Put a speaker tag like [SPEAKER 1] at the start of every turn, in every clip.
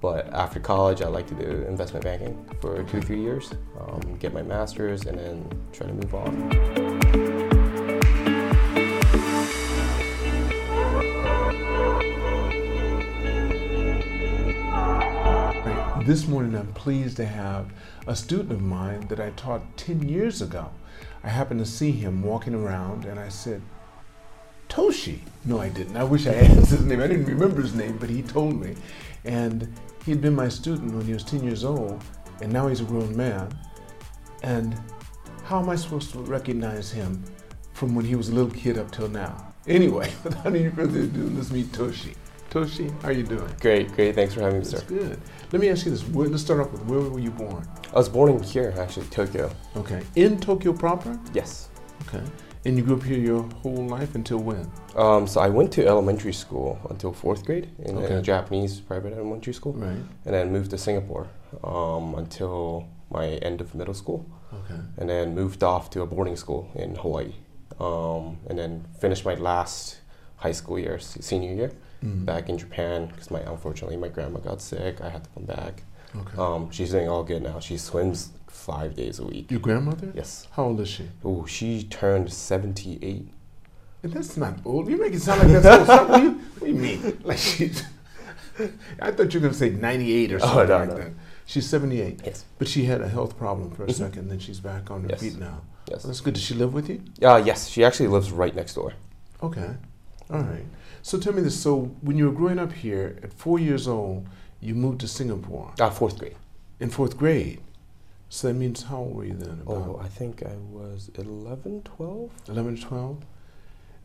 [SPEAKER 1] But after college, I like to do investment banking for two, three years, um, get my master's, and then try to move on.
[SPEAKER 2] This morning, I'm pleased to have a student of mine that I taught 10 years ago. I happened to see him walking around and I said, Toshi. No, I didn't. I wish I asked his name. I didn't remember his name, but he told me. And he'd been my student when he was 10 years old, and now he's a grown man. And how am I supposed to recognize him from when he was a little kid up till now? Anyway, without any further ado, let's meet Toshi. Toshi, how are you doing?
[SPEAKER 1] Great, great. Thanks for having me, sir.
[SPEAKER 2] That's good. Let me ask you this. Where, let's start off with where were you born?
[SPEAKER 1] I was born in here, actually, Tokyo.
[SPEAKER 2] Okay. In Tokyo proper?
[SPEAKER 1] Yes.
[SPEAKER 2] Okay. And you grew up here your whole life until when?
[SPEAKER 1] Um, so I went to elementary school until fourth grade in
[SPEAKER 2] Okay.
[SPEAKER 1] a Japanese private elementary school,
[SPEAKER 2] Right.
[SPEAKER 1] and then moved to Singapore um, until my end of middle school,
[SPEAKER 2] Okay.
[SPEAKER 1] and then moved off to a boarding school in Hawaii, um, and then finished my last high school year, s- senior year,
[SPEAKER 2] Mm.
[SPEAKER 1] back in Japan because my unfortunately my grandma got sick. I had to come back.
[SPEAKER 2] Okay.
[SPEAKER 1] Um, she's doing all good now. She swims five days a week.
[SPEAKER 2] your grandmother?
[SPEAKER 1] Yes.
[SPEAKER 2] How old is she?
[SPEAKER 1] Oh, she turned seventy-eight.
[SPEAKER 2] And That's not old. You make it sound like that's old. Stop. what, do you, what do you mean? Like she's. I thought you were going to say 98 or
[SPEAKER 1] Oh,
[SPEAKER 2] something
[SPEAKER 1] no,
[SPEAKER 2] like
[SPEAKER 1] no.
[SPEAKER 2] that. She's 78.
[SPEAKER 1] Yes.
[SPEAKER 2] But she had a health problem for a
[SPEAKER 1] Mhm.
[SPEAKER 2] second, then she's back on her
[SPEAKER 1] Yes.
[SPEAKER 2] feet now.
[SPEAKER 1] Yes.
[SPEAKER 2] Mm-hmm. That's good. Does she live with you?
[SPEAKER 1] Uh, yes. She actually lives right next door.
[SPEAKER 2] Okay. All right. So tell me this. So when you were growing up here, at four years old, you moved to Singapore
[SPEAKER 1] Uh, fourth grade.
[SPEAKER 2] in fourth grade. So that means how old were you then?
[SPEAKER 1] Oh,
[SPEAKER 2] About
[SPEAKER 1] I think I was 11, 12?
[SPEAKER 2] 11 to 12?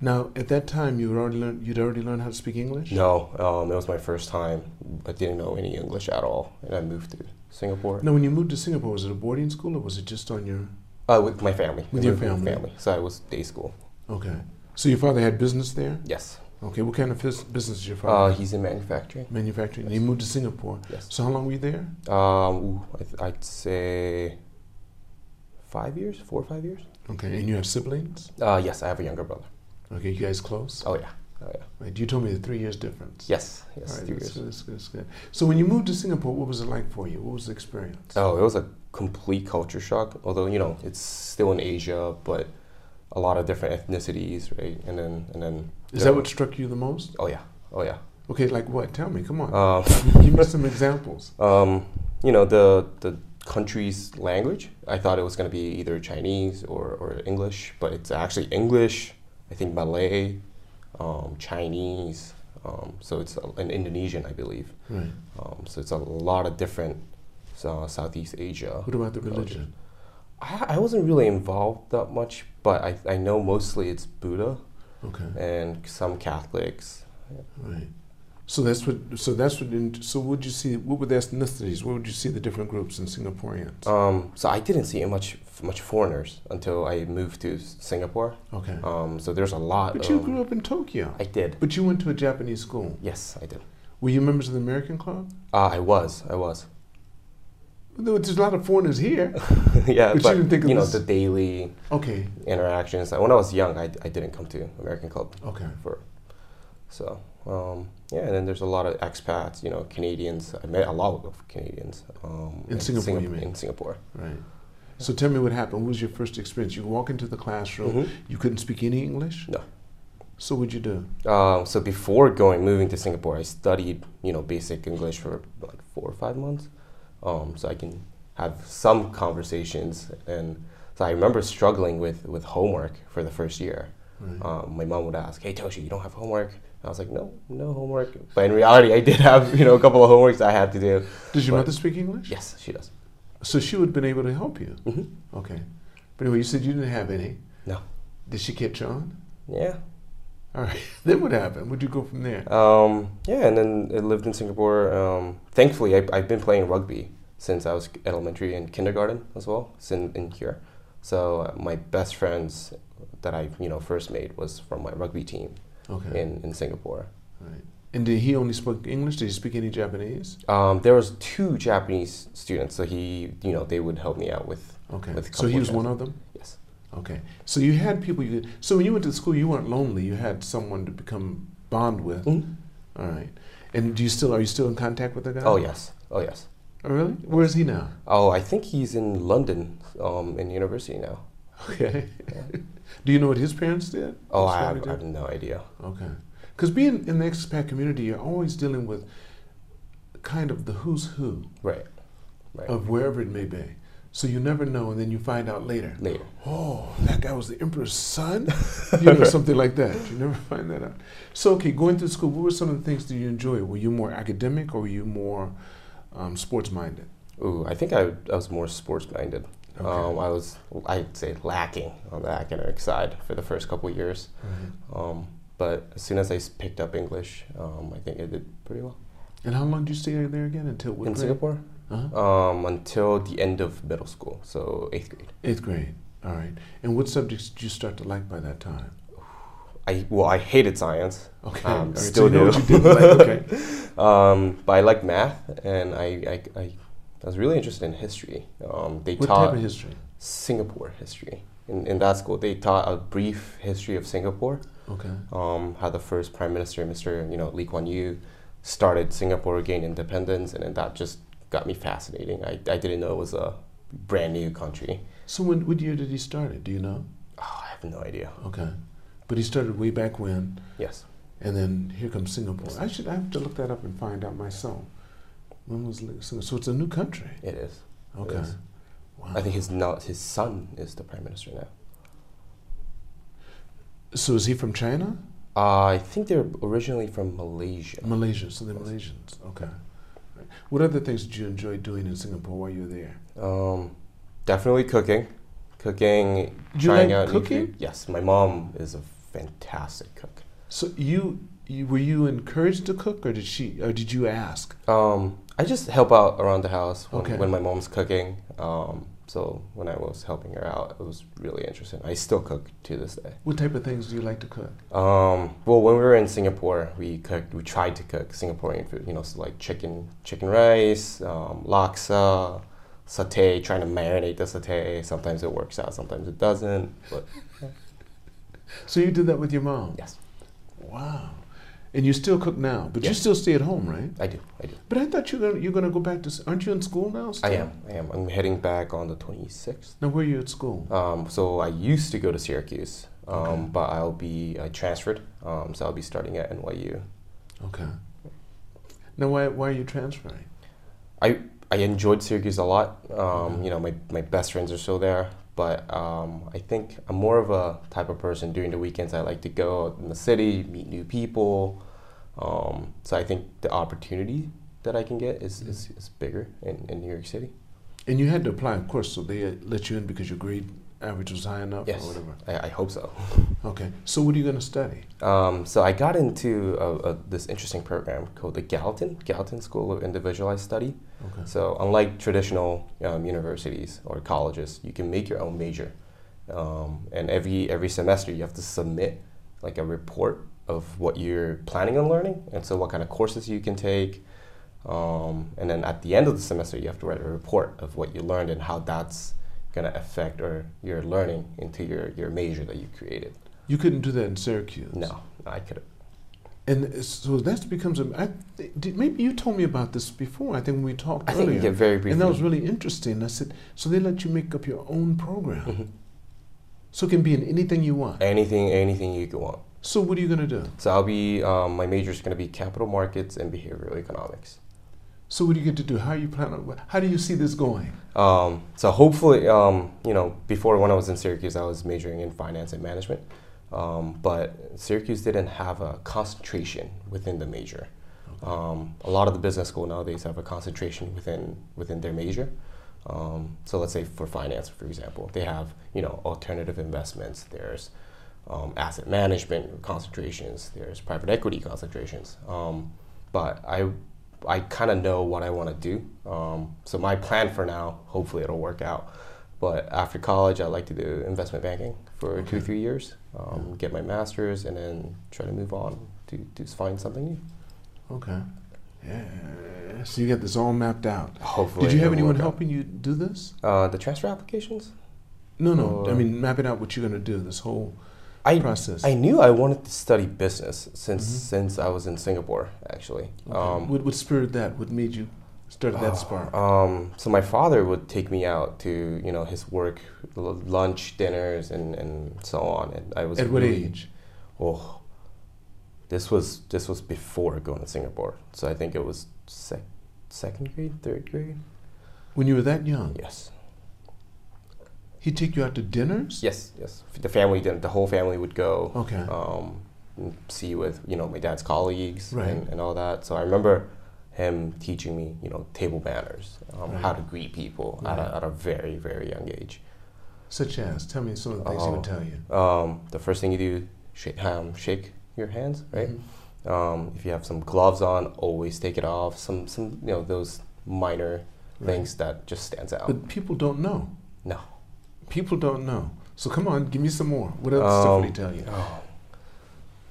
[SPEAKER 2] Now, at that time, you were already learn, you'd already learned how to speak English?
[SPEAKER 1] No, um, it was my first time. I didn't know any English at all, and I moved to Singapore
[SPEAKER 2] Now, when you moved to Singapore, was it a boarding school or was it just on your.
[SPEAKER 1] uh, with my family.
[SPEAKER 2] With
[SPEAKER 1] I
[SPEAKER 2] your
[SPEAKER 1] moved
[SPEAKER 2] family.
[SPEAKER 1] So I was day school.
[SPEAKER 2] Okay. So your father had business there?
[SPEAKER 1] Yes.
[SPEAKER 2] Okay. What kind of fis- business did your
[SPEAKER 1] Uh,
[SPEAKER 2] father have?
[SPEAKER 1] he's in manufacturing.
[SPEAKER 2] Manufacturing. And he moved to Singapore.
[SPEAKER 1] Yes.
[SPEAKER 2] So how long were you there?
[SPEAKER 1] Um, ooh, I th- I'd say five years, four or five years.
[SPEAKER 2] Okay. And you have siblings?
[SPEAKER 1] Uh, yes, I have a younger brother.
[SPEAKER 2] Okay. You guys close?
[SPEAKER 1] Oh yeah, oh yeah.
[SPEAKER 2] Right. You told me the three years difference.
[SPEAKER 1] Yes, yes,
[SPEAKER 2] All right,
[SPEAKER 1] three years.
[SPEAKER 2] that's, good, that's, good, that's good. So when you moved to Singapore, what was it like for you? What was the experience?
[SPEAKER 1] Oh, it was a complete culture shock. Although you know it's still in Asia, but a lot of different ethnicities, right? And then and then.
[SPEAKER 2] Is that what struck you the most?
[SPEAKER 1] Oh yeah, oh yeah.
[SPEAKER 2] Okay, like what? Tell me. Come on.
[SPEAKER 1] Um,
[SPEAKER 2] Give me some examples.
[SPEAKER 1] um, you know the the country's language. I thought it was going to be either Chinese or, or English, but it's actually English. I think Malay, um, Chinese. Um, so it's a, an Indonesian, I believe.
[SPEAKER 2] Right.
[SPEAKER 1] Um, so it's a lot of different uh, Southeast Asia.
[SPEAKER 2] What about the
[SPEAKER 1] Culture.
[SPEAKER 2] religion?
[SPEAKER 1] I, I wasn't really involved that much, but I, I know mostly it's Buddha
[SPEAKER 2] Okay.
[SPEAKER 1] and some Catholics.
[SPEAKER 2] Right. So that's what. So that's what. in- So would you see? What were the ethnicities? What would you see the different groups in Singaporeans?
[SPEAKER 1] Um, so I didn't see much much foreigners until I moved to S- Singapore.
[SPEAKER 2] okay.
[SPEAKER 1] Um, so there's a lot.
[SPEAKER 2] But you
[SPEAKER 1] of-
[SPEAKER 2] grew up in Tokyo.
[SPEAKER 1] I did.
[SPEAKER 2] But you went to a Japanese school.
[SPEAKER 1] Yes, I did.
[SPEAKER 2] Were you members of the American Club?
[SPEAKER 1] Uh, I was. I was.
[SPEAKER 2] There was just a lot of foreigners here.
[SPEAKER 1] yeah,
[SPEAKER 2] But you
[SPEAKER 1] but you,
[SPEAKER 2] didn't think of
[SPEAKER 1] know
[SPEAKER 2] this-
[SPEAKER 1] the daily
[SPEAKER 2] Okay.
[SPEAKER 1] interactions. Like, when I was young, I, I didn't come to American Club
[SPEAKER 2] Okay.
[SPEAKER 1] for. So um, yeah, and then there's a lot of expats. You know, Canadians. I met a lot of Canadians. Um,
[SPEAKER 2] In Singapore, you
[SPEAKER 1] Singap-
[SPEAKER 2] mean?
[SPEAKER 1] In Singapore.
[SPEAKER 2] Right. So tell me what happened. What was your first experience? You walk into the classroom.
[SPEAKER 1] Mhm.
[SPEAKER 2] You couldn't speak any English?
[SPEAKER 1] No.
[SPEAKER 2] So what'd you do?
[SPEAKER 1] Um, so before going moving to Singapore, I studied you know basic English for like four or five months, um, so I can have some conversations. And so I remember struggling with with homework for the first year.
[SPEAKER 2] Right.
[SPEAKER 1] Um, my mom would ask, "Hey Toshi, you don't have homework?" And I was like, "No, no homework." But in reality, I did have you know a couple of homeworks I had to do.
[SPEAKER 2] Does your
[SPEAKER 1] but-
[SPEAKER 2] mother speak English?
[SPEAKER 1] Yes, she does.
[SPEAKER 2] So she would have been able to help you.
[SPEAKER 1] Mhm.
[SPEAKER 2] Okay. But anyway, you said you didn't have any.
[SPEAKER 1] No.
[SPEAKER 2] Did she catch on?
[SPEAKER 1] Yeah.
[SPEAKER 2] All right. then what happened? Would you go from there?
[SPEAKER 1] Um, yeah, and then I lived in Singapore. Um, thankfully, I, I've been playing rugby since I was elementary and kindergarten as well, sin, in here. So uh, my best friends that I you know first made was from my rugby team
[SPEAKER 2] Okay.
[SPEAKER 1] in, in Singapore.
[SPEAKER 2] Right. And did he only speak English? Did he speak any Japanese?
[SPEAKER 1] Um, there was two Japanese students, so he you know they would help me out with
[SPEAKER 2] Okay.
[SPEAKER 1] With a
[SPEAKER 2] So he
[SPEAKER 1] couple
[SPEAKER 2] was
[SPEAKER 1] of
[SPEAKER 2] one of them?
[SPEAKER 1] yes.
[SPEAKER 2] Okay. So you had people you could, so when you went to school you weren't lonely. You had someone to become bond with.
[SPEAKER 1] Mhm.
[SPEAKER 2] All right. And do you still are you still in contact with the guy?
[SPEAKER 1] Oh yes. Oh yes.
[SPEAKER 2] Oh, really? Where is he now?
[SPEAKER 1] Oh, I think he's in London, um, in university now.
[SPEAKER 2] Okay.
[SPEAKER 1] Yeah.
[SPEAKER 2] do you know what his parents did?
[SPEAKER 1] Oh,
[SPEAKER 2] His
[SPEAKER 1] I
[SPEAKER 2] family
[SPEAKER 1] have, I
[SPEAKER 2] did?
[SPEAKER 1] have no idea.
[SPEAKER 2] Okay. Because being in the expat community, you're always dealing with kind of the who's who
[SPEAKER 1] Right. Right.
[SPEAKER 2] of wherever it may be. So you never know, and then you find out later.
[SPEAKER 1] Later.
[SPEAKER 2] Oh, that guy was the emperor's son? you know, something like that. You never find that out. So, okay, going through school, what were some of the things that you enjoyed? Were you more academic or were you more um, sports minded?
[SPEAKER 1] Ooh, I think I, I was more sports minded.
[SPEAKER 2] Okay.
[SPEAKER 1] Um, I was, I'd say, lacking on the academic side for the first couple of years.
[SPEAKER 2] Mm-hmm.
[SPEAKER 1] Um, but as soon as I s- picked up English, um, I think I did pretty well
[SPEAKER 2] And how long did you stay there again? Until what
[SPEAKER 1] in
[SPEAKER 2] grade?
[SPEAKER 1] Singapore
[SPEAKER 2] Uh-huh.
[SPEAKER 1] um, until the end of middle school, so eighth grade.
[SPEAKER 2] Eighth grade. All right. And what subjects did you start to like by that time?
[SPEAKER 1] I well, I hated science,
[SPEAKER 2] Okay.
[SPEAKER 1] Um,
[SPEAKER 2] all right, so
[SPEAKER 1] still
[SPEAKER 2] you know
[SPEAKER 1] do.
[SPEAKER 2] what you did like, okay.
[SPEAKER 1] um, but I liked math, and I, I, I, I was really interested in history. Um, they
[SPEAKER 2] What
[SPEAKER 1] taught
[SPEAKER 2] type of history?
[SPEAKER 1] Singapore history in, in that school. They taught a brief history of Singapore.
[SPEAKER 2] Okay.
[SPEAKER 1] um, how the first prime minister, Mr. You know Lee Kuan Yew, started Singapore gain independence, and then that just got me fascinating. I, I didn't know it was a brand new country.
[SPEAKER 2] So when, what year did he start it? Do you know?
[SPEAKER 1] Oh, I have no idea.
[SPEAKER 2] Okay. But he started way back when,
[SPEAKER 1] Yes,
[SPEAKER 2] and then here comes Singapore. I should I have to look that up and find out myself. When was Li- Singapore? So it's a new country.
[SPEAKER 1] it is.
[SPEAKER 2] Okay.
[SPEAKER 1] is.
[SPEAKER 2] Wow.
[SPEAKER 1] I think his no, his son is the prime minister now.
[SPEAKER 2] so is he from China?
[SPEAKER 1] Uh, I think they're originally from Malaysia.
[SPEAKER 2] Malaysia. So they're Malaysians. Okay. Right. What other things did you enjoy doing in Singapore while you were there?
[SPEAKER 1] Um, definitely cooking, cooking,
[SPEAKER 2] You
[SPEAKER 1] trying
[SPEAKER 2] like
[SPEAKER 1] out new
[SPEAKER 2] cooking?
[SPEAKER 1] food. Yes, my mom is a fantastic cook.
[SPEAKER 2] So you, you were you encouraged to cook, or did she, or did you ask?
[SPEAKER 1] Um, I just help out around the house when,
[SPEAKER 2] Okay.
[SPEAKER 1] when my mom's cooking. Um, so when I was helping her out, it was really interesting. I still cook to this day.
[SPEAKER 2] What type of things do you like to cook?
[SPEAKER 1] Um, well, when we were in Singapore, we cooked. We tried to cook Singaporean food. You know, so like chicken, chicken rice, um, laksa, satay. Trying to marinate the satay. Sometimes it works out. Sometimes it doesn't. But
[SPEAKER 2] So you did that with your mom.
[SPEAKER 1] yes,
[SPEAKER 2] Wow. And you still cook now, but you
[SPEAKER 1] Yes.
[SPEAKER 2] still stay at home, right?
[SPEAKER 1] I do. I do.
[SPEAKER 2] But I thought you were gonna, you're going to go back to. s- Aren't you in school now?
[SPEAKER 1] I
[SPEAKER 2] Still?
[SPEAKER 1] am. I am. I'm heading back on the twenty sixth.
[SPEAKER 2] Now where are you at school?
[SPEAKER 1] Um, so I used to go to Syracuse, um,
[SPEAKER 2] Okay.
[SPEAKER 1] but I'll be I transferred, um, so I'll be starting at NYU.
[SPEAKER 2] Okay. Now why why are you transferring?
[SPEAKER 1] I I enjoyed Syracuse a lot. Um,
[SPEAKER 2] Mhm.
[SPEAKER 1] You know, my, my best friends are still there, but um, I think I'm more of a type of person during the weekends. I like to go out in the city, meet new people. Um, so I think the opportunity that I can get is, is, is bigger in, in New York City.
[SPEAKER 2] And you had to apply, of course. So they uh, let you in because your grade average was high enough,
[SPEAKER 1] Yes.
[SPEAKER 2] or whatever.
[SPEAKER 1] I, I hope so.
[SPEAKER 2] Okay. So what are you going to study?
[SPEAKER 1] Um, so I got into a, a, this interesting program called the Gallatin Gallatin School of Individualized Study.
[SPEAKER 2] Okay.
[SPEAKER 1] So unlike traditional um, universities or colleges, you can make your own major, um, and every every semester you have to submit like a report of what you're planning on learning, and so what kind of courses you can take, um, and then at the end of the semester you have to write a report of what you learned and how that's gonna affect or your learning into your your major that you created.
[SPEAKER 2] You couldn't do that in Syracuse.
[SPEAKER 1] No, I could.
[SPEAKER 2] And uh, so that becomes a. I, th- did, maybe you told me about this before. I think when we talked
[SPEAKER 1] I think
[SPEAKER 2] earlier.
[SPEAKER 1] you get very brief.
[SPEAKER 2] and that was really interesting. I said, so they let you make up your own program,
[SPEAKER 1] Mhm.
[SPEAKER 2] so it can be in anything you want.
[SPEAKER 1] anything, anything you could want.
[SPEAKER 2] So what are you going to do?
[SPEAKER 1] So I'll be um, my major is going to be capital markets and behavioral economics.
[SPEAKER 2] So what do you get to do? How you plan on? How do you see this going?
[SPEAKER 1] Um, so hopefully, um, you know, before when I was in Syracuse, I was majoring in finance and management, um, but Syracuse didn't have a concentration within the major. Um, a lot of the business school nowadays have a concentration within within their major. Um, so let's say for finance, for example, they have you know alternative investments. There's um, asset management concentrations. There's private equity concentrations. Um, but I I kind of know what I want to do. Um, so my plan for now, hopefully it'll work out. But after college, I'd like to do investment banking for two,
[SPEAKER 2] Okay.
[SPEAKER 1] three years, um, get my master's, and then try to move on to, to find something new.
[SPEAKER 2] Okay. Yeah. So you got this all mapped out.
[SPEAKER 1] Hopefully.
[SPEAKER 2] Did you have
[SPEAKER 1] it'll
[SPEAKER 2] anyone
[SPEAKER 1] work out.
[SPEAKER 2] helping you do this?
[SPEAKER 1] Uh, the transfer applications?
[SPEAKER 2] No, no. I
[SPEAKER 1] Or-
[SPEAKER 2] mean, mapping out what you're going to do. This whole
[SPEAKER 1] I
[SPEAKER 2] process?
[SPEAKER 1] I knew I wanted to study business since since I was in Singapore actually.
[SPEAKER 2] Mm-hmm. Okay. what, what spurred that? What made you start that spark?
[SPEAKER 1] Um, so my father would take me out to you know his work, l- lunch, dinners, and, and so on. And I was
[SPEAKER 2] At what
[SPEAKER 1] really-
[SPEAKER 2] age?
[SPEAKER 1] Oh, this was this was before going to Singapore. So I think it was sec- second grade, third grade.
[SPEAKER 2] When you were that young,
[SPEAKER 1] Yes,
[SPEAKER 2] he'd take you out to dinners.
[SPEAKER 1] yes, yes. F- The family did. The whole family would go.
[SPEAKER 2] Okay.
[SPEAKER 1] Um, and see with you know my dad's colleagues
[SPEAKER 2] Right.
[SPEAKER 1] and, and all that. So I remember him teaching me you know table manners, um, how
[SPEAKER 2] Right.
[SPEAKER 1] to greet people at,
[SPEAKER 2] Right.
[SPEAKER 1] a, at a very very young age.
[SPEAKER 2] Such as, tell me some of the things he
[SPEAKER 1] Oh.
[SPEAKER 2] would tell you.
[SPEAKER 1] Um, the first thing you do, shake, um, shake your hands, right?
[SPEAKER 2] Mhm.
[SPEAKER 1] Um, if you have some gloves on, always take it off. Some, some, you know, those minor
[SPEAKER 2] Right.
[SPEAKER 1] things that just stands out.
[SPEAKER 2] But people don't know.
[SPEAKER 1] no.
[SPEAKER 2] People don't know. So come on, give me some more. What else stuff would he
[SPEAKER 1] Um,
[SPEAKER 2] tell you?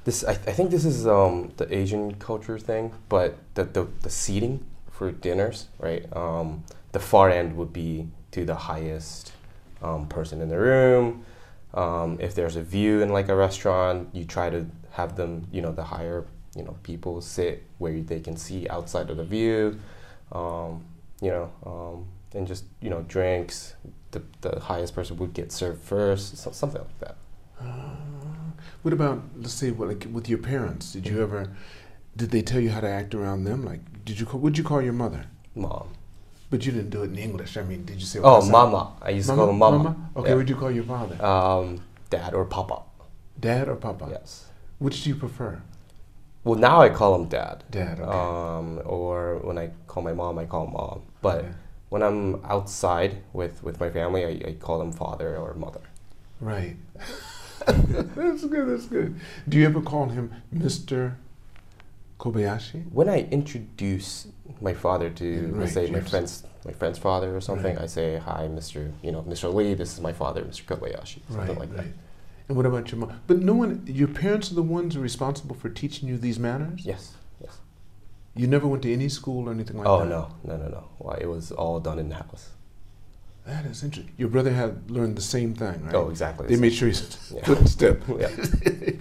[SPEAKER 1] This, I, I think this is um, the Asian culture thing, but the, the, the seating for dinners, right? Um, the far end would be to the highest um, person in the room. Um, if there's a view in like a restaurant, you try to have them, you know, the higher, you know, people sit where they can see outside of the view, um, you know, um, and just, you know, drinks. The, the highest person would get served first, so, something like that.
[SPEAKER 2] Uh, What about let's say what, like with your parents? Did
[SPEAKER 1] Mm-hmm.
[SPEAKER 2] you ever? Did they tell you how to act around them? Like, did you? Call, would you call your mother?
[SPEAKER 1] Mom.
[SPEAKER 2] But you didn't do it in English. I mean, did you say?
[SPEAKER 1] Oh,
[SPEAKER 2] "What's up?"
[SPEAKER 1] mama. I used to call him mama.
[SPEAKER 2] Okay,
[SPEAKER 1] Yeah.
[SPEAKER 2] would you call your father?
[SPEAKER 1] Um, dad or papa.
[SPEAKER 2] Dad or Papa?
[SPEAKER 1] Yes.
[SPEAKER 2] Which do you prefer?
[SPEAKER 1] Well, now I call him dad.
[SPEAKER 2] Dad. Okay.
[SPEAKER 1] Um, or when I call my mom, I call mom. But
[SPEAKER 2] Okay.
[SPEAKER 1] when I'm outside with, with my family, I, I call them father or mother.
[SPEAKER 2] Right. that's good. That's good. Do you ever call him Mister Kobayashi?
[SPEAKER 1] When I introduce my father to,
[SPEAKER 2] Mm, Right,
[SPEAKER 1] let's say, my
[SPEAKER 2] yes.
[SPEAKER 1] friend's my friend's father or something,
[SPEAKER 2] Right.
[SPEAKER 1] I say, "Hi, Mr. You know, Mr. Lee. This is my father, Mr. Kobayashi." Something like that.
[SPEAKER 2] And what about your mom? But no one. Your parents are the ones who are responsible for teaching you these manners.
[SPEAKER 1] Yes. Yes.
[SPEAKER 2] You never went to any school or anything like
[SPEAKER 1] oh
[SPEAKER 2] that.
[SPEAKER 1] no, no, no, no. Well, it was all done in the house.
[SPEAKER 2] That is interesting. Your brother had learned the same thing, right?
[SPEAKER 1] Oh, exactly.
[SPEAKER 2] They
[SPEAKER 1] the
[SPEAKER 2] made sure he
[SPEAKER 1] Yeah.
[SPEAKER 2] couldn't step.
[SPEAKER 1] same. yeah.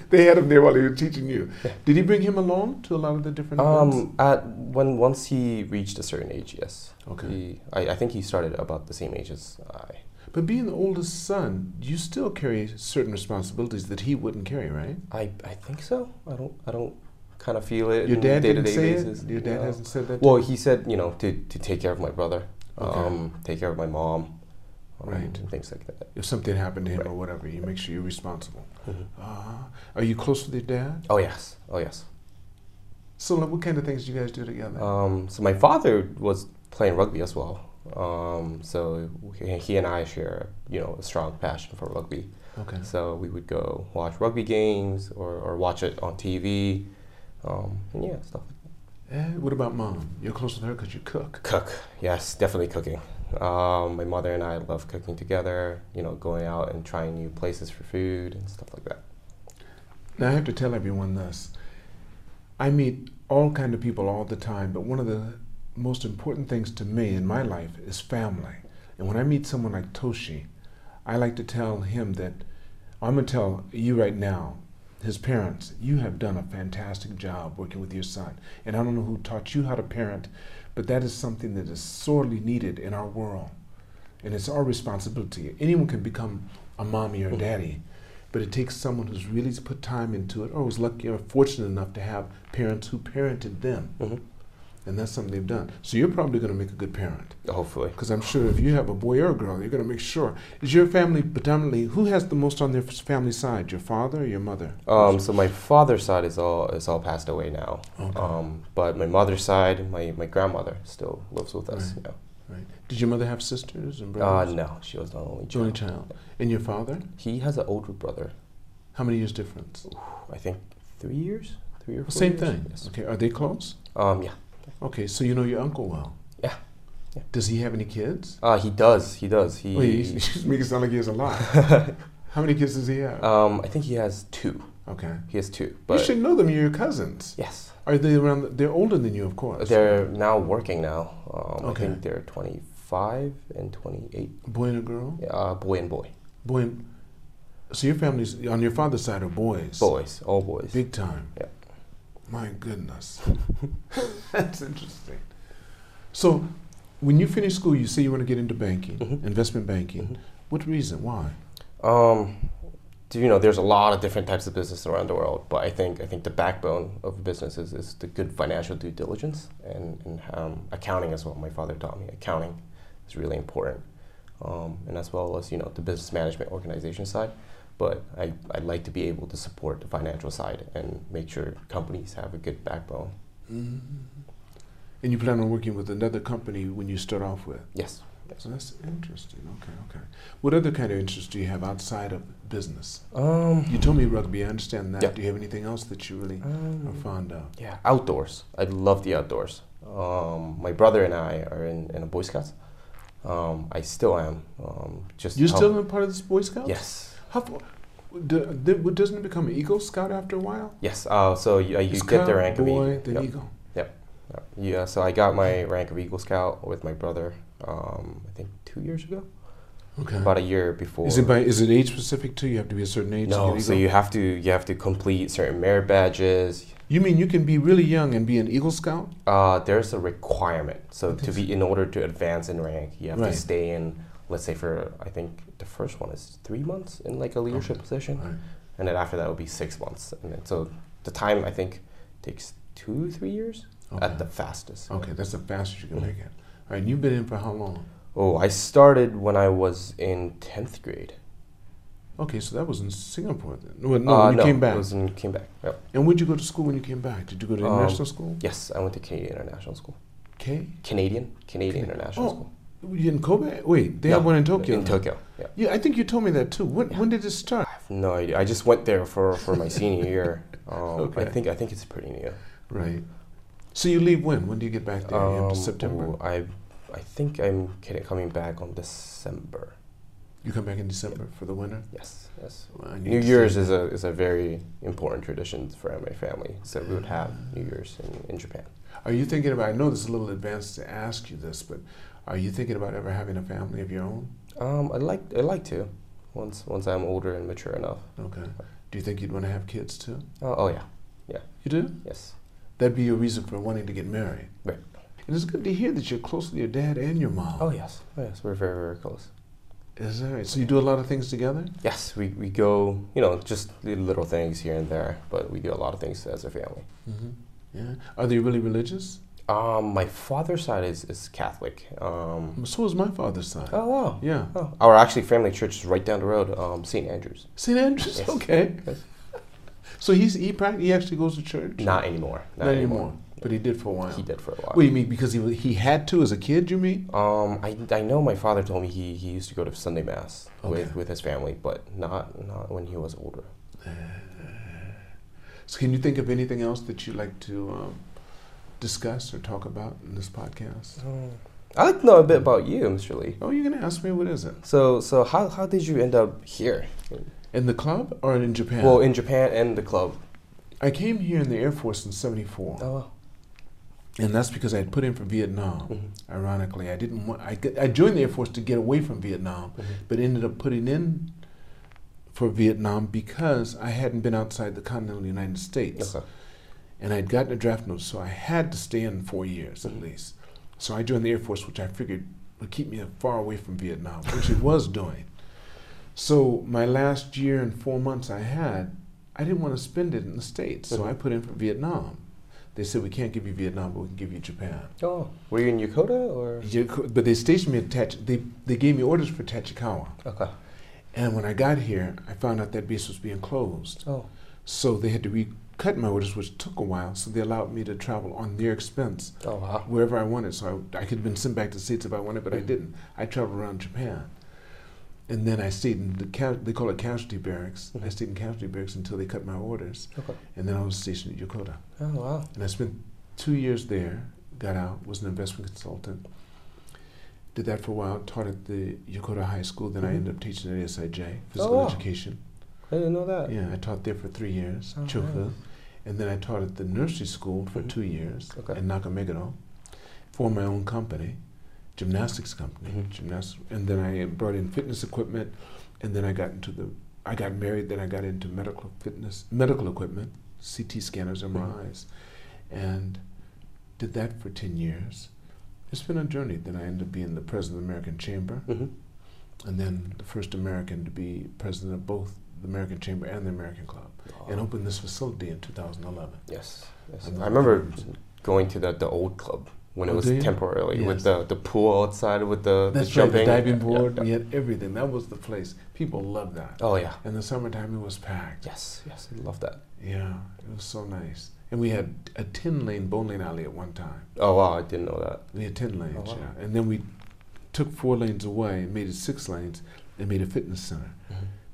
[SPEAKER 2] they had him there while he was teaching you. Did he bring him along to a lot of the different events?
[SPEAKER 1] Um, at when once he reached a certain age, yes.
[SPEAKER 2] Okay.
[SPEAKER 1] He, I, I think he started about the same age as I.
[SPEAKER 2] But being the oldest son, you still carry certain responsibilities that he wouldn't carry, right?
[SPEAKER 1] I, I think so. I don't I don't kind of feel it.
[SPEAKER 2] Your
[SPEAKER 1] in
[SPEAKER 2] dad didn't
[SPEAKER 1] day-to-day
[SPEAKER 2] say
[SPEAKER 1] basis,
[SPEAKER 2] it. Your dad
[SPEAKER 1] no.
[SPEAKER 2] hasn't said that. to
[SPEAKER 1] Well,
[SPEAKER 2] you?
[SPEAKER 1] he said you know to, to take care of my brother,
[SPEAKER 2] Okay.
[SPEAKER 1] um, take care of my mom, um,
[SPEAKER 2] Right.
[SPEAKER 1] and things like that.
[SPEAKER 2] if something happened to him
[SPEAKER 1] Right.
[SPEAKER 2] or whatever, you make sure you're responsible.
[SPEAKER 1] Mhm.
[SPEAKER 2] Ah, are you close with your dad?
[SPEAKER 1] Oh yes, oh yes.
[SPEAKER 2] So, like, what kind of things do you guys do together?
[SPEAKER 1] Um, so my father was playing rugby as well. Um, so he he and I share you know a strong passion for rugby.
[SPEAKER 2] okay.
[SPEAKER 1] So we would go watch rugby games or, or watch it on TV. Um, and yeah, stuff like
[SPEAKER 2] Eh, what about mom? You're close with her because you cook.
[SPEAKER 1] that. Cook. Yes, definitely cooking. Um, my mother and I love cooking together, you know, going out and trying new places for food and stuff like that.
[SPEAKER 2] Now I have to tell everyone this. I meet all kind of people all the time, but one of the most important things to me in my life is family. And when I meet someone like Toshi, I like to tell him that I'm gonna tell you right now, his parents, you have done a fantastic job working with your son. And I don't know who taught you how to parent, but that is something that is sorely needed in our world. And it's our responsibility. Anyone can become a mommy or a daddy, but it takes someone who's really put time into it or was lucky or fortunate enough to have parents who parented them. And that's something they've done. So you're probably going to make a good parent.
[SPEAKER 1] Hopefully.
[SPEAKER 2] Because I'm sure if you have a boy or a girl, you're going to make sure. Is your family predominantly, who has the most on their f- family side, your father or your mother?
[SPEAKER 1] Um, so my father's side is all is all passed away now.
[SPEAKER 2] Okay.
[SPEAKER 1] Um, but my mother's side, my, my grandmother still lives with us. Yeah.
[SPEAKER 2] Right. Did your mother have sisters and
[SPEAKER 1] Uh,
[SPEAKER 2] brothers?
[SPEAKER 1] no, she was the only
[SPEAKER 2] Only
[SPEAKER 1] child.
[SPEAKER 2] child. And your father?
[SPEAKER 1] He has an older brother.
[SPEAKER 2] How many years difference?
[SPEAKER 1] I think three years, three or four.
[SPEAKER 2] Same
[SPEAKER 1] years?
[SPEAKER 2] thing.
[SPEAKER 1] Yes.
[SPEAKER 2] Okay. Are they close?
[SPEAKER 1] Um, yeah.
[SPEAKER 2] Okay. So you know your uncle well.
[SPEAKER 1] Yeah. Yeah.
[SPEAKER 2] Does he have any kids?
[SPEAKER 1] Uh, he does. He does. He.
[SPEAKER 2] Well, you you make it sound like he has a lot. How many kids does he have?
[SPEAKER 1] um, I think he has two.
[SPEAKER 2] okay.
[SPEAKER 1] He has two.
[SPEAKER 2] You
[SPEAKER 1] But
[SPEAKER 2] should know them. You're your cousins.
[SPEAKER 1] yes,
[SPEAKER 2] Are they around? They're older than you, of course.
[SPEAKER 1] they're now working now. Um,
[SPEAKER 2] Okay.
[SPEAKER 1] I think they're 25 and 28.
[SPEAKER 2] boy and a girl.
[SPEAKER 1] Uh, boy and boy.
[SPEAKER 2] Boy and So your family's on your father's side are boys.
[SPEAKER 1] Boys, all boys.
[SPEAKER 2] Big time.
[SPEAKER 1] Yeah.
[SPEAKER 2] My goodness. That's interesting. So when you finish school, you say you want to get into banking,
[SPEAKER 1] Mhm.
[SPEAKER 2] investment banking.
[SPEAKER 1] Mhm.
[SPEAKER 2] What reason? Why?
[SPEAKER 1] Um, do you know, there's a lot of different types of business around the world, but I think I think the backbone of a business is, is the good financial due diligence and, and um, accounting as well. My father taught me accounting is really important, um, and as well as you know the business management organization side. But I I like to be able to support the financial side and make sure companies have a good backbone.
[SPEAKER 2] And you plan on working with another company when you start off with.
[SPEAKER 1] Yes.
[SPEAKER 2] So that's interesting. Okay, okay. What other kind of interests do you have outside of business?
[SPEAKER 1] Um,
[SPEAKER 2] You told me rugby. I understand that.
[SPEAKER 1] Yeah.
[SPEAKER 2] Do you have anything else that you really are
[SPEAKER 1] um,
[SPEAKER 2] fond of?
[SPEAKER 1] Yeah, outdoors. I love the outdoors. Um, my brother and I are in, in a Boy Scouts. Um, I still am. Um, just
[SPEAKER 2] You're
[SPEAKER 1] how-
[SPEAKER 2] still a part of this Boy Scout?
[SPEAKER 1] Yes,
[SPEAKER 2] How far, do, th- what- doesn't it become an Eagle Scout after a while?
[SPEAKER 1] yes. Uh, so you, uh, you
[SPEAKER 2] It's
[SPEAKER 1] get the
[SPEAKER 2] Cub,
[SPEAKER 1] rank of
[SPEAKER 2] boy,
[SPEAKER 1] Eagle.
[SPEAKER 2] then
[SPEAKER 1] Yep,
[SPEAKER 2] Eagle.
[SPEAKER 1] yep. Yeah, so I got my rank of Eagle Scout with my brother. Um, I think two years ago,
[SPEAKER 2] Okay.
[SPEAKER 1] about a year before.
[SPEAKER 2] Uh-huh. is it by is it age specific too? You have to be a certain age. to
[SPEAKER 1] no,
[SPEAKER 2] get
[SPEAKER 1] so
[SPEAKER 2] Eagle?
[SPEAKER 1] you have to you have to complete certain merit badges.
[SPEAKER 2] You mean you can be really young and be an Eagle Scout?
[SPEAKER 1] Uh, there's a requirement. So
[SPEAKER 2] Okay.
[SPEAKER 1] to be in order to advance in rank, you have
[SPEAKER 2] Right.
[SPEAKER 1] to stay in. Let's say for I think the first one is three months in like a leadership position,
[SPEAKER 2] Right.
[SPEAKER 1] and then after that would be six months. And then, so the time I think takes two three years
[SPEAKER 2] Okay. Oh.
[SPEAKER 1] at the Mm-hmm. fastest.
[SPEAKER 2] okay, that's the fastest you can make it. All right, and you've been in for how long?
[SPEAKER 1] Oh, I started when I was in tenth grade.
[SPEAKER 2] Okay, so that was in Singapore then. Well, no,
[SPEAKER 1] Uh,
[SPEAKER 2] when you came back.
[SPEAKER 1] It was in, came back. Yep.
[SPEAKER 2] and where'd you go to school when you came back? Did you go to
[SPEAKER 1] Um,
[SPEAKER 2] international school?
[SPEAKER 1] Yes, I went to Canadian International School.
[SPEAKER 2] Okay.
[SPEAKER 1] Canadian Canadian
[SPEAKER 2] Cana-
[SPEAKER 1] International
[SPEAKER 2] oh,
[SPEAKER 1] School
[SPEAKER 2] You in Kobe? Wait, they have
[SPEAKER 1] No,
[SPEAKER 2] one in Tokyo.
[SPEAKER 1] in
[SPEAKER 2] now.
[SPEAKER 1] Tokyo. Yeah.
[SPEAKER 2] Yeah, I think you told me that too. When, when did it start?
[SPEAKER 1] I have no idea. I just went there for, for my senior year. Um,
[SPEAKER 2] Okay.
[SPEAKER 1] I think I think it's pretty new.
[SPEAKER 2] Right. So you leave when? When do you get back there? You have
[SPEAKER 1] Um,
[SPEAKER 2] to September.
[SPEAKER 1] ooh, I I think I'm kidding, coming back on December.
[SPEAKER 2] You come back in December for the winter.
[SPEAKER 1] Yes, yes.
[SPEAKER 2] Well, I need
[SPEAKER 1] New
[SPEAKER 2] to
[SPEAKER 1] Year's
[SPEAKER 2] see-
[SPEAKER 1] is a is a very important tradition for my family. So we would have New Year's in, in Japan.
[SPEAKER 2] Are you thinking about? I know this is a little advanced to ask you this, but are you thinking about ever having a family of your own?
[SPEAKER 1] Um, I like I like to, once once I'm older and mature enough.
[SPEAKER 2] Okay. Do you think you'd want to have kids too?
[SPEAKER 1] Oh, oh yeah,
[SPEAKER 2] You do.
[SPEAKER 1] yes.
[SPEAKER 2] That'd be your reason for wanting to get married.
[SPEAKER 1] Right.
[SPEAKER 2] And it's good to hear that you're close to your dad and your mom.
[SPEAKER 1] Oh yes, oh, yes. We're very very close.
[SPEAKER 2] Is that right? So you do a lot of things together.
[SPEAKER 1] Yes, we, we go you know just the little things here and there, but we do a lot of things as a family.
[SPEAKER 2] Mm-hmm. Yeah. Are they really religious?
[SPEAKER 1] Um, my father's side is is Catholic. Um,
[SPEAKER 2] So is my father's side.
[SPEAKER 1] oh wow,
[SPEAKER 2] Yeah.
[SPEAKER 1] Oh, our actually family church is right down the road, um, St. Andrews.
[SPEAKER 2] St. Andrews.
[SPEAKER 1] Yes.
[SPEAKER 2] Okay.
[SPEAKER 1] Yes.
[SPEAKER 2] So he's he prac- he actually goes to church.
[SPEAKER 1] Not anymore.
[SPEAKER 2] Not anymore. But he did for a while.
[SPEAKER 1] He did for a while.
[SPEAKER 2] What do you mean? Because he was, he had to as a kid. You mean?
[SPEAKER 1] Um, I, I know my father told me he, he used to go to Sunday mass
[SPEAKER 2] Okay.
[SPEAKER 1] with, with his family, but not not when he was older.
[SPEAKER 2] So can you think of anything else that you'd like to um, discuss or talk about in this podcast?
[SPEAKER 1] Oh. I'd like to know a bit about you, Mr. Lee.
[SPEAKER 2] Oh, you're gonna ask me what is it?
[SPEAKER 1] So so how, how did you end up here?
[SPEAKER 2] In the club or in Japan?
[SPEAKER 1] Well, in Japan and the club.
[SPEAKER 2] I came here in the Air Force in '74,
[SPEAKER 1] Oh, wow.
[SPEAKER 2] and that's because I had put in for Vietnam.
[SPEAKER 1] Mhm,
[SPEAKER 2] Ironically, I didn't. Want, I get- I joined the Air Force to get away from Vietnam,
[SPEAKER 1] mhm.
[SPEAKER 2] but ended up putting in for Vietnam because I hadn't been outside the continental United States.
[SPEAKER 1] Okay.
[SPEAKER 2] and I'd gotten a draft notice, so I had to stay in four years at least. So I joined the Air Force, which I figured would keep me far away from Vietnam, which it was doing. So my last year and four months I had, I didn't want to spend it in the States, so I put in for Vietnam. They said we can't give you Vietnam, but we can give you Japan.
[SPEAKER 1] Oh, were you in Yokota or?
[SPEAKER 2] You cou- But they stationed me at Tach- they they gave me orders for Tachikawa,
[SPEAKER 1] Okay.
[SPEAKER 2] and when I got here, I found out that base was being closed.
[SPEAKER 1] Oh,
[SPEAKER 2] So they had to recut my orders, which took a while. So they allowed me to travel on their expense
[SPEAKER 1] oh wow.
[SPEAKER 2] wherever I wanted. So I, I could have been sent back to the States if I wanted,
[SPEAKER 1] Mm-hmm.
[SPEAKER 2] but I didn't. I traveled around Japan. And then I stayed in the, ca- they call it casualty barracks. I
[SPEAKER 1] Mhm.
[SPEAKER 2] stayed in casualty barracks until they cut my orders.
[SPEAKER 1] Okay.
[SPEAKER 2] And then I was stationed at Yokota.
[SPEAKER 1] Oh wow.
[SPEAKER 2] And I spent two years there, got out, was an investment consultant. Did that for a while, taught at the Yokota High School. Then I
[SPEAKER 1] Mhm.
[SPEAKER 2] ended up teaching at SIJ, physical
[SPEAKER 1] Oh, wow.
[SPEAKER 2] education.
[SPEAKER 1] I didn't know that.
[SPEAKER 2] Yeah, I taught there for three years,
[SPEAKER 1] Oh, nice.
[SPEAKER 2] Chufu. And then I taught at the nursery school for
[SPEAKER 1] Mhm.
[SPEAKER 2] two years
[SPEAKER 1] Okay.
[SPEAKER 2] in Nakameguro, formed my own company, gymnastics company,
[SPEAKER 1] Mhm.
[SPEAKER 2] gymnastics. And then I brought in fitness equipment, and then I got into the I got married, then I got into medical fitness, medical equipment, CT scanners,
[SPEAKER 1] Mm-hmm.
[SPEAKER 2] MRIs, and did that for 10 years. It's been a journey. Then I ended up being the president of the American Chamber,
[SPEAKER 1] hmm
[SPEAKER 2] and then the first American to be president of both the American Chamber and the American Club, and opened this facility in 2011.
[SPEAKER 1] yes, yes.
[SPEAKER 2] I'm not
[SPEAKER 1] I remember
[SPEAKER 2] kidding.
[SPEAKER 1] going to the, the old club when it
[SPEAKER 2] Oh,
[SPEAKER 1] was
[SPEAKER 2] do you?
[SPEAKER 1] temporarily
[SPEAKER 2] Yes.
[SPEAKER 1] with the, the pool outside with the, the
[SPEAKER 2] That's
[SPEAKER 1] jumping
[SPEAKER 2] right, the
[SPEAKER 1] Yeah,
[SPEAKER 2] diving
[SPEAKER 1] yeah,
[SPEAKER 2] board,
[SPEAKER 1] yeah.
[SPEAKER 2] we had everything. That was the place. People loved that.
[SPEAKER 1] Oh yeah.
[SPEAKER 2] In the summertime, it was packed.
[SPEAKER 1] Yes, yes, I love that.
[SPEAKER 2] Yeah, it was so nice. And we had a 10 lane bowling alley at one time.
[SPEAKER 1] Oh wow, I didn't know that.
[SPEAKER 2] We had 10 lanes,
[SPEAKER 1] Oh, wow.
[SPEAKER 2] yeah. And then we took four lanes away and made it six lanes and made a fitness center.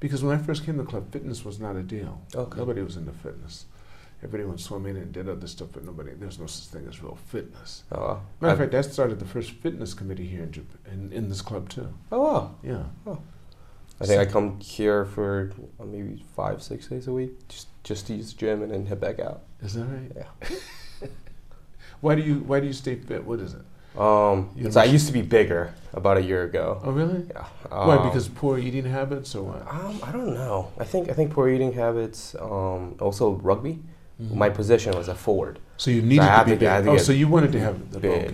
[SPEAKER 2] Because when I first came to the club, fitness was not a deal.
[SPEAKER 1] Okay.
[SPEAKER 2] Nobody was into fitness. Everybody went swimming and did other stuff, but nobody, there's no such thing as real fitness.
[SPEAKER 1] Oh wow.
[SPEAKER 2] Matter of
[SPEAKER 1] I-
[SPEAKER 2] fact, that started the first fitness committee here in, Jap- in, in this club, too.
[SPEAKER 1] Oh wow.
[SPEAKER 2] Yeah.
[SPEAKER 1] I think I come here for uh, maybe five, six days a week, just just to use the gym and then head back out.
[SPEAKER 2] Is that right?
[SPEAKER 1] Yeah.
[SPEAKER 2] why do you Why do you stay fit? What is it?
[SPEAKER 1] Um,
[SPEAKER 2] You
[SPEAKER 1] so I
[SPEAKER 2] must-
[SPEAKER 1] used to be bigger about a year ago.
[SPEAKER 2] Oh, really?
[SPEAKER 1] Yeah.
[SPEAKER 2] why?
[SPEAKER 1] um,
[SPEAKER 2] Because poor eating habits or what?
[SPEAKER 1] um, I don't know. I think I think poor eating habits. Um, also rugby.
[SPEAKER 2] Mhm.
[SPEAKER 1] My position was a forward.
[SPEAKER 2] so you needed
[SPEAKER 1] had
[SPEAKER 2] to be
[SPEAKER 1] to get- I had
[SPEAKER 2] big.
[SPEAKER 1] to
[SPEAKER 2] Oh,
[SPEAKER 1] get
[SPEAKER 2] so you wanted to have the
[SPEAKER 1] big.
[SPEAKER 2] bulk,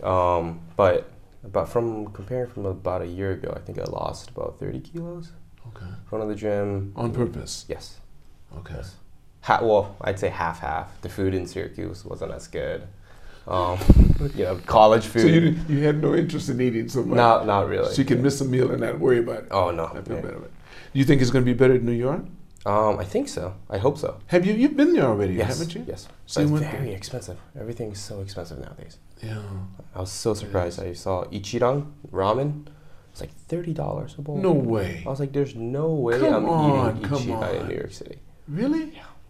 [SPEAKER 2] yeah.
[SPEAKER 1] Um, but about from comparing from about a year ago, I think I lost about thirty kilos.
[SPEAKER 2] Okay.
[SPEAKER 1] Front of the gym.
[SPEAKER 2] On purpose.
[SPEAKER 1] Yes.
[SPEAKER 2] Okay.
[SPEAKER 1] Yes. Ha- well, I'd say half half. The food in Syracuse wasn't as good. Um, you know, college food.
[SPEAKER 2] So you you had no interest in eating so much.
[SPEAKER 1] not not really.
[SPEAKER 2] So you can miss a meal and not worry about it.
[SPEAKER 1] Oh no.
[SPEAKER 2] I feel
[SPEAKER 1] Yeah.
[SPEAKER 2] better. About it. You think it's going to be better in New York?
[SPEAKER 1] Um, I think so. I hope so.
[SPEAKER 2] Have you you've been there already?
[SPEAKER 1] yes.
[SPEAKER 2] Haven't you?
[SPEAKER 1] Yes.
[SPEAKER 2] So
[SPEAKER 1] But
[SPEAKER 2] you
[SPEAKER 1] it's
[SPEAKER 2] went
[SPEAKER 1] very expensive. Everything's so expensive nowadays.
[SPEAKER 2] Yeah.
[SPEAKER 1] I was so surprised. I saw Ichiran ramen. It's like thirty dollars a bowl.
[SPEAKER 2] No way.
[SPEAKER 1] I was like, "There's no way
[SPEAKER 2] Come
[SPEAKER 1] I'm
[SPEAKER 2] on,
[SPEAKER 1] eating
[SPEAKER 2] come
[SPEAKER 1] Ichiran in
[SPEAKER 2] on.
[SPEAKER 1] New York City
[SPEAKER 2] Really?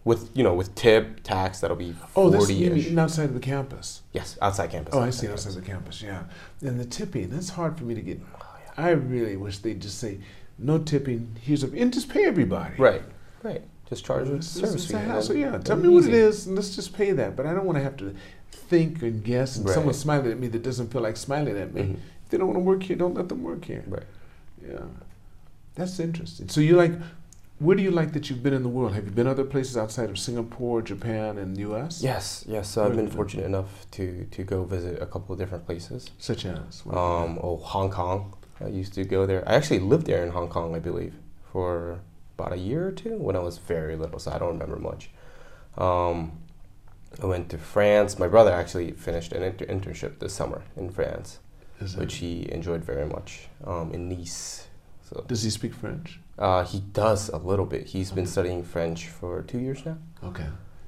[SPEAKER 1] with you know with tip tax that'll be
[SPEAKER 2] Oh, that's
[SPEAKER 1] forty
[SPEAKER 2] you
[SPEAKER 1] ish.
[SPEAKER 2] mean outside of the campus.
[SPEAKER 1] Yes, outside campus.
[SPEAKER 2] Oh, I see.
[SPEAKER 1] campus.
[SPEAKER 2] Outside the campus, yeah. And the tipping, that's hard for me to get.
[SPEAKER 1] Oh, yeah.
[SPEAKER 2] I really wish they'd just say, no tipping, here's a, and just pay everybody.
[SPEAKER 1] Right, right. Just charge a
[SPEAKER 2] It's, it's,
[SPEAKER 1] service
[SPEAKER 2] it's
[SPEAKER 1] fee.
[SPEAKER 2] a
[SPEAKER 1] and
[SPEAKER 2] hassle,
[SPEAKER 1] then-
[SPEAKER 2] yeah.
[SPEAKER 1] and
[SPEAKER 2] Tell
[SPEAKER 1] then
[SPEAKER 2] me what it
[SPEAKER 1] easy.
[SPEAKER 2] is, and let's just pay that. But I don't want to have to think and guess, and
[SPEAKER 1] Right.
[SPEAKER 2] someone smiling at me that doesn't feel like smiling at me.
[SPEAKER 1] Mhm.
[SPEAKER 2] If they don't want to work here, don't let them work here.
[SPEAKER 1] Right.
[SPEAKER 2] Yeah. That's interesting. So you like, where do you like that you've been in the world? Have you been other places outside of Singapore, Japan, and U.S.?
[SPEAKER 1] Yes, yes. So I've
[SPEAKER 2] Very
[SPEAKER 1] been
[SPEAKER 2] good.
[SPEAKER 1] fortunate enough to to go visit a couple of different places.
[SPEAKER 2] Such as? what have you
[SPEAKER 1] Um, oh, Hong Kong. I used to go there. I actually lived there in Hong Kong, I believe, for about a year or two when I was very little, so I don't remember much. Um, I went to France. My brother actually finished an inter- internship this summer in France,
[SPEAKER 2] done? Is it-
[SPEAKER 1] which he enjoyed very much um, in Nice. So
[SPEAKER 2] Does he speak French?
[SPEAKER 1] uh, he does a little bit. He's been
[SPEAKER 2] Okay.
[SPEAKER 1] studying French for two years now.
[SPEAKER 2] Okay.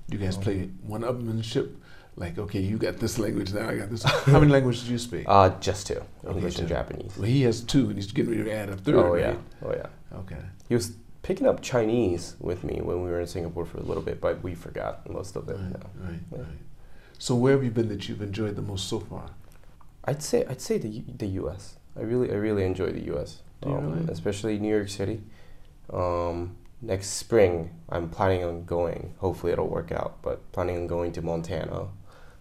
[SPEAKER 2] You guys
[SPEAKER 1] Oh.
[SPEAKER 2] play one upmanship? Like, okay, you got this language now, I got this. How many languages do you speak?
[SPEAKER 1] Uh, just two,
[SPEAKER 2] Okay,
[SPEAKER 1] English and
[SPEAKER 2] two.
[SPEAKER 1] Japanese.
[SPEAKER 2] well, he has two, and he's getting ready to add a third.
[SPEAKER 1] Oh yeah,
[SPEAKER 2] right?
[SPEAKER 1] oh yeah.
[SPEAKER 2] Okay.
[SPEAKER 1] He was picking up Chinese with me when we were in Singapore for a little bit, but we forgot most of it.
[SPEAKER 2] Right,
[SPEAKER 1] now.
[SPEAKER 2] right,
[SPEAKER 1] Yeah.
[SPEAKER 2] right. So, where have you been that you've enjoyed the most so far?
[SPEAKER 1] I'd say I'd say the U- the U.S. I really I really enjoy the U.S.
[SPEAKER 2] Do you really?
[SPEAKER 1] Especially New York City. Um, next spring, I'm planning on going. Hopefully, it'll work out. But planning on going to Montana,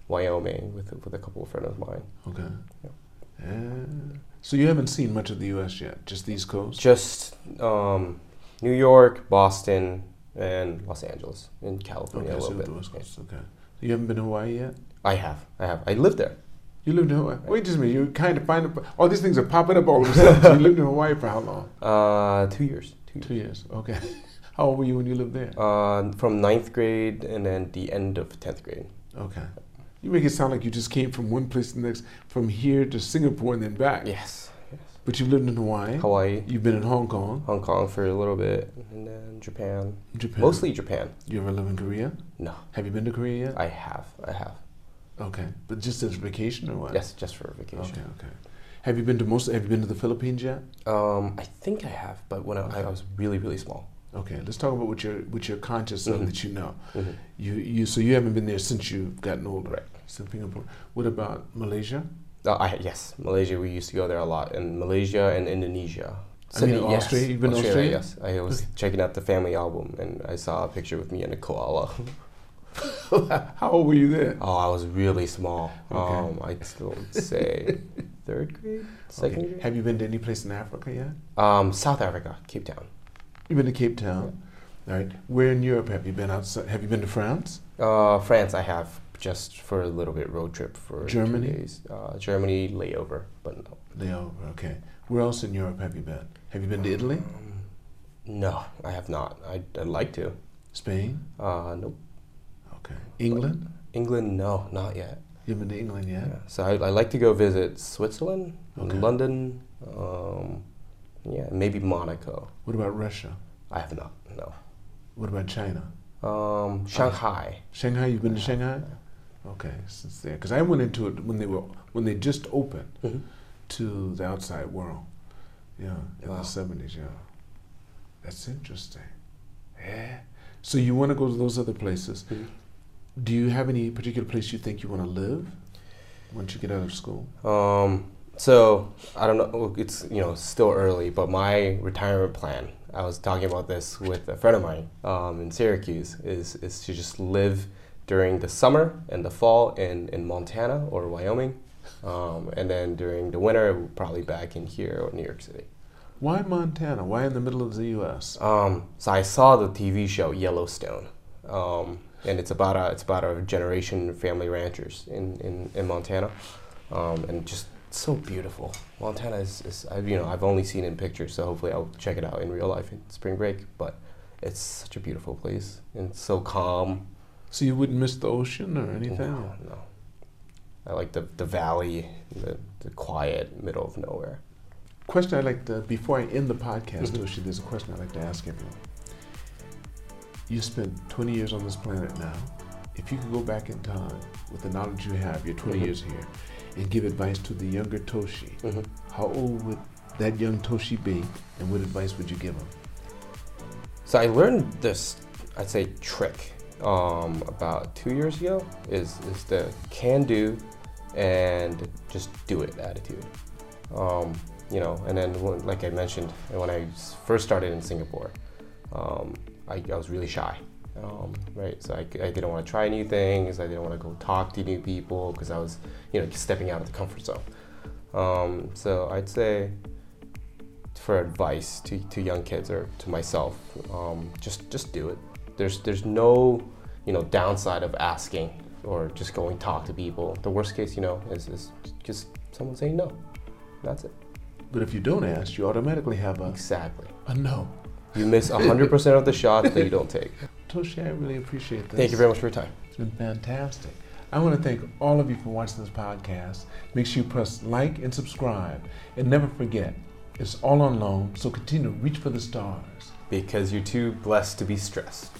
[SPEAKER 1] Wyoming with with a couple of friends of mine.
[SPEAKER 2] Okay.
[SPEAKER 1] Yeah.
[SPEAKER 2] Uh, so, you haven't seen much of the U.S. yet, just the East Coast?
[SPEAKER 1] Just um, New York, Boston, and Los Angeles in California
[SPEAKER 2] okay,
[SPEAKER 1] a
[SPEAKER 2] so
[SPEAKER 1] little bit.
[SPEAKER 2] the West Coast, okay. You haven't been to Hawaii yet?
[SPEAKER 1] I have, I have. I lived there.
[SPEAKER 2] You lived in Hawaii. Wait just a minute. You kind of find a, all these things are popping up all of a sudden. so you lived in Hawaii for how long?
[SPEAKER 1] Uh, two years. Two years.
[SPEAKER 2] Two years. Okay. How old were you when you lived there?
[SPEAKER 1] Uh, from ninth grade and then the end of tenth grade.
[SPEAKER 2] Okay. You make it sound like you just came from one place to the next, from here to Singapore and then back.
[SPEAKER 1] Yes. yes.
[SPEAKER 2] But you've lived in Hawaii.
[SPEAKER 1] Hawaii,
[SPEAKER 2] You've been in Hong Kong,
[SPEAKER 1] Hong Kong for a little bit, and then Japan.
[SPEAKER 2] Japan.
[SPEAKER 1] Mostly Japan.
[SPEAKER 2] You ever live in Korea?
[SPEAKER 1] No.
[SPEAKER 2] Have you been to Korea yet?
[SPEAKER 1] I have. I have.
[SPEAKER 2] Okay. But just as vacation or what?
[SPEAKER 1] Yes, just for
[SPEAKER 2] Okay.
[SPEAKER 1] vacation.
[SPEAKER 2] Okay. Have you been to most? Have you been to the Philippines yet?
[SPEAKER 1] Um, I think I have, but when I, I was really really small.
[SPEAKER 2] Okay. Let's talk about what you're what you're conscious of
[SPEAKER 1] Mhm.
[SPEAKER 2] that you know.
[SPEAKER 1] Mhm.
[SPEAKER 2] You you so you haven't been there since you've gotten older.
[SPEAKER 1] Right.
[SPEAKER 2] Since Singapore. What about Malaysia?
[SPEAKER 1] Uh, I yes, Malaysia. We used to go there a lot, and Malaysia and Indonesia.
[SPEAKER 2] I mean,
[SPEAKER 1] Sydney, yes.
[SPEAKER 2] Australia. You've been to Australia.
[SPEAKER 1] Yes, I was checking out the family album, and I saw a picture with me and a koala.
[SPEAKER 2] How old were you there?
[SPEAKER 1] Oh, I was really small.
[SPEAKER 2] Okay.
[SPEAKER 1] Um, I'd still say third grade, second
[SPEAKER 2] Okay.
[SPEAKER 1] grade.
[SPEAKER 2] Have you been to any place in Africa yet?
[SPEAKER 1] Um, South Africa, Cape Town.
[SPEAKER 2] You've been to Cape Town, all right? Where in Europe have you been outside? Have you been to France?
[SPEAKER 1] Uh, France, I have just for a little bit road trip for two
[SPEAKER 2] Germany?
[SPEAKER 1] days. Uh, Germany layover, but no.
[SPEAKER 2] Leo, okay. Where else in Europe have you been? Have you been to Italy,
[SPEAKER 1] Um, no, I have not. I, I'd like to.
[SPEAKER 2] Spain,
[SPEAKER 1] Uh, nope.
[SPEAKER 2] okay, England?
[SPEAKER 1] England, no, not yet.
[SPEAKER 2] You haven't been to England yet?
[SPEAKER 1] Yeah. So I, I like to go visit Switzerland,
[SPEAKER 2] Okay.
[SPEAKER 1] London, um, yeah, maybe Monaco.
[SPEAKER 2] What about Russia?
[SPEAKER 1] I have not. No.
[SPEAKER 2] What about China? Uh,
[SPEAKER 1] Um, Shanghai.
[SPEAKER 2] Shanghai, you've been to Shanghai? Okay, since there, because I went into it when they were when they just opened
[SPEAKER 1] Mhm.
[SPEAKER 2] to the outside world. Yeah, in
[SPEAKER 1] Wow.
[SPEAKER 2] the seventies. Yeah, that's interesting. Yeah. So you want to go to those other places?
[SPEAKER 1] Mhm.
[SPEAKER 2] Do you have any particular place you think you want to live once you get out of school?
[SPEAKER 1] Um, so I don't know. It's you know still early, but my retirement plan. I was talking about this with a friend of mine um, in Syracuse. Is is to just live during the summer and the fall in in Montana or Wyoming, um, and then during the winter probably back in here or New York City.
[SPEAKER 2] Why Montana? Why in the middle of the U.S.?
[SPEAKER 1] Um, so I saw the TV show Yellowstone, um, and it's about a it's about a generation of family ranchers in in, in Montana, um, and just so beautiful. Montana is, is I've, you know I've only seen it in pictures, so hopefully I'll check it out in real life in spring break. But it's such a beautiful place and it's so calm.
[SPEAKER 2] So you wouldn't miss the ocean or anything?
[SPEAKER 1] No, no. I like the the valley, the, the quiet middle of nowhere.
[SPEAKER 2] Question I like to before I end the podcast,
[SPEAKER 1] Mhm.
[SPEAKER 2] Toshi, there's a question I like to ask everyone. You spent 20 years on this planet now. If you could go back in time with the knowledge you have, you're 20
[SPEAKER 1] Mhm.
[SPEAKER 2] years here, and give advice to the younger Toshi,
[SPEAKER 1] Mhm.
[SPEAKER 2] how old would that young Toshi be, and what advice would you give him?
[SPEAKER 1] So I learned this, I'd say, trick um, about two years ago. Is is the can do and just do it attitude. Um, you know, and then when, like I mentioned, when I s- first started in Singapore, um, I, I was really shy. Um, right, so I, c- I didn't want to try new things. I didn't want to go talk to new people because I was, you know, stepping out of the comfort zone. Um, so I'd say for advice to, to young kids or to myself, um, just just do it. There's there's no you know downside of asking or just going talk to people. The worst case you know is, is just someone saying no. That's it.
[SPEAKER 2] But if you don't ask, you automatically have a,
[SPEAKER 1] Exactly.
[SPEAKER 2] a no.
[SPEAKER 1] You miss 100% of the shots that you don't take.
[SPEAKER 2] Toshi, I really appreciate this.
[SPEAKER 1] Thank you very much for your time.
[SPEAKER 2] It's been fantastic. I want to thank all of you for watching this podcast. Make sure you press like and subscribe. And never forget, it's all on loan, so continue to reach for the stars.
[SPEAKER 1] Because you're too blessed to be stressed.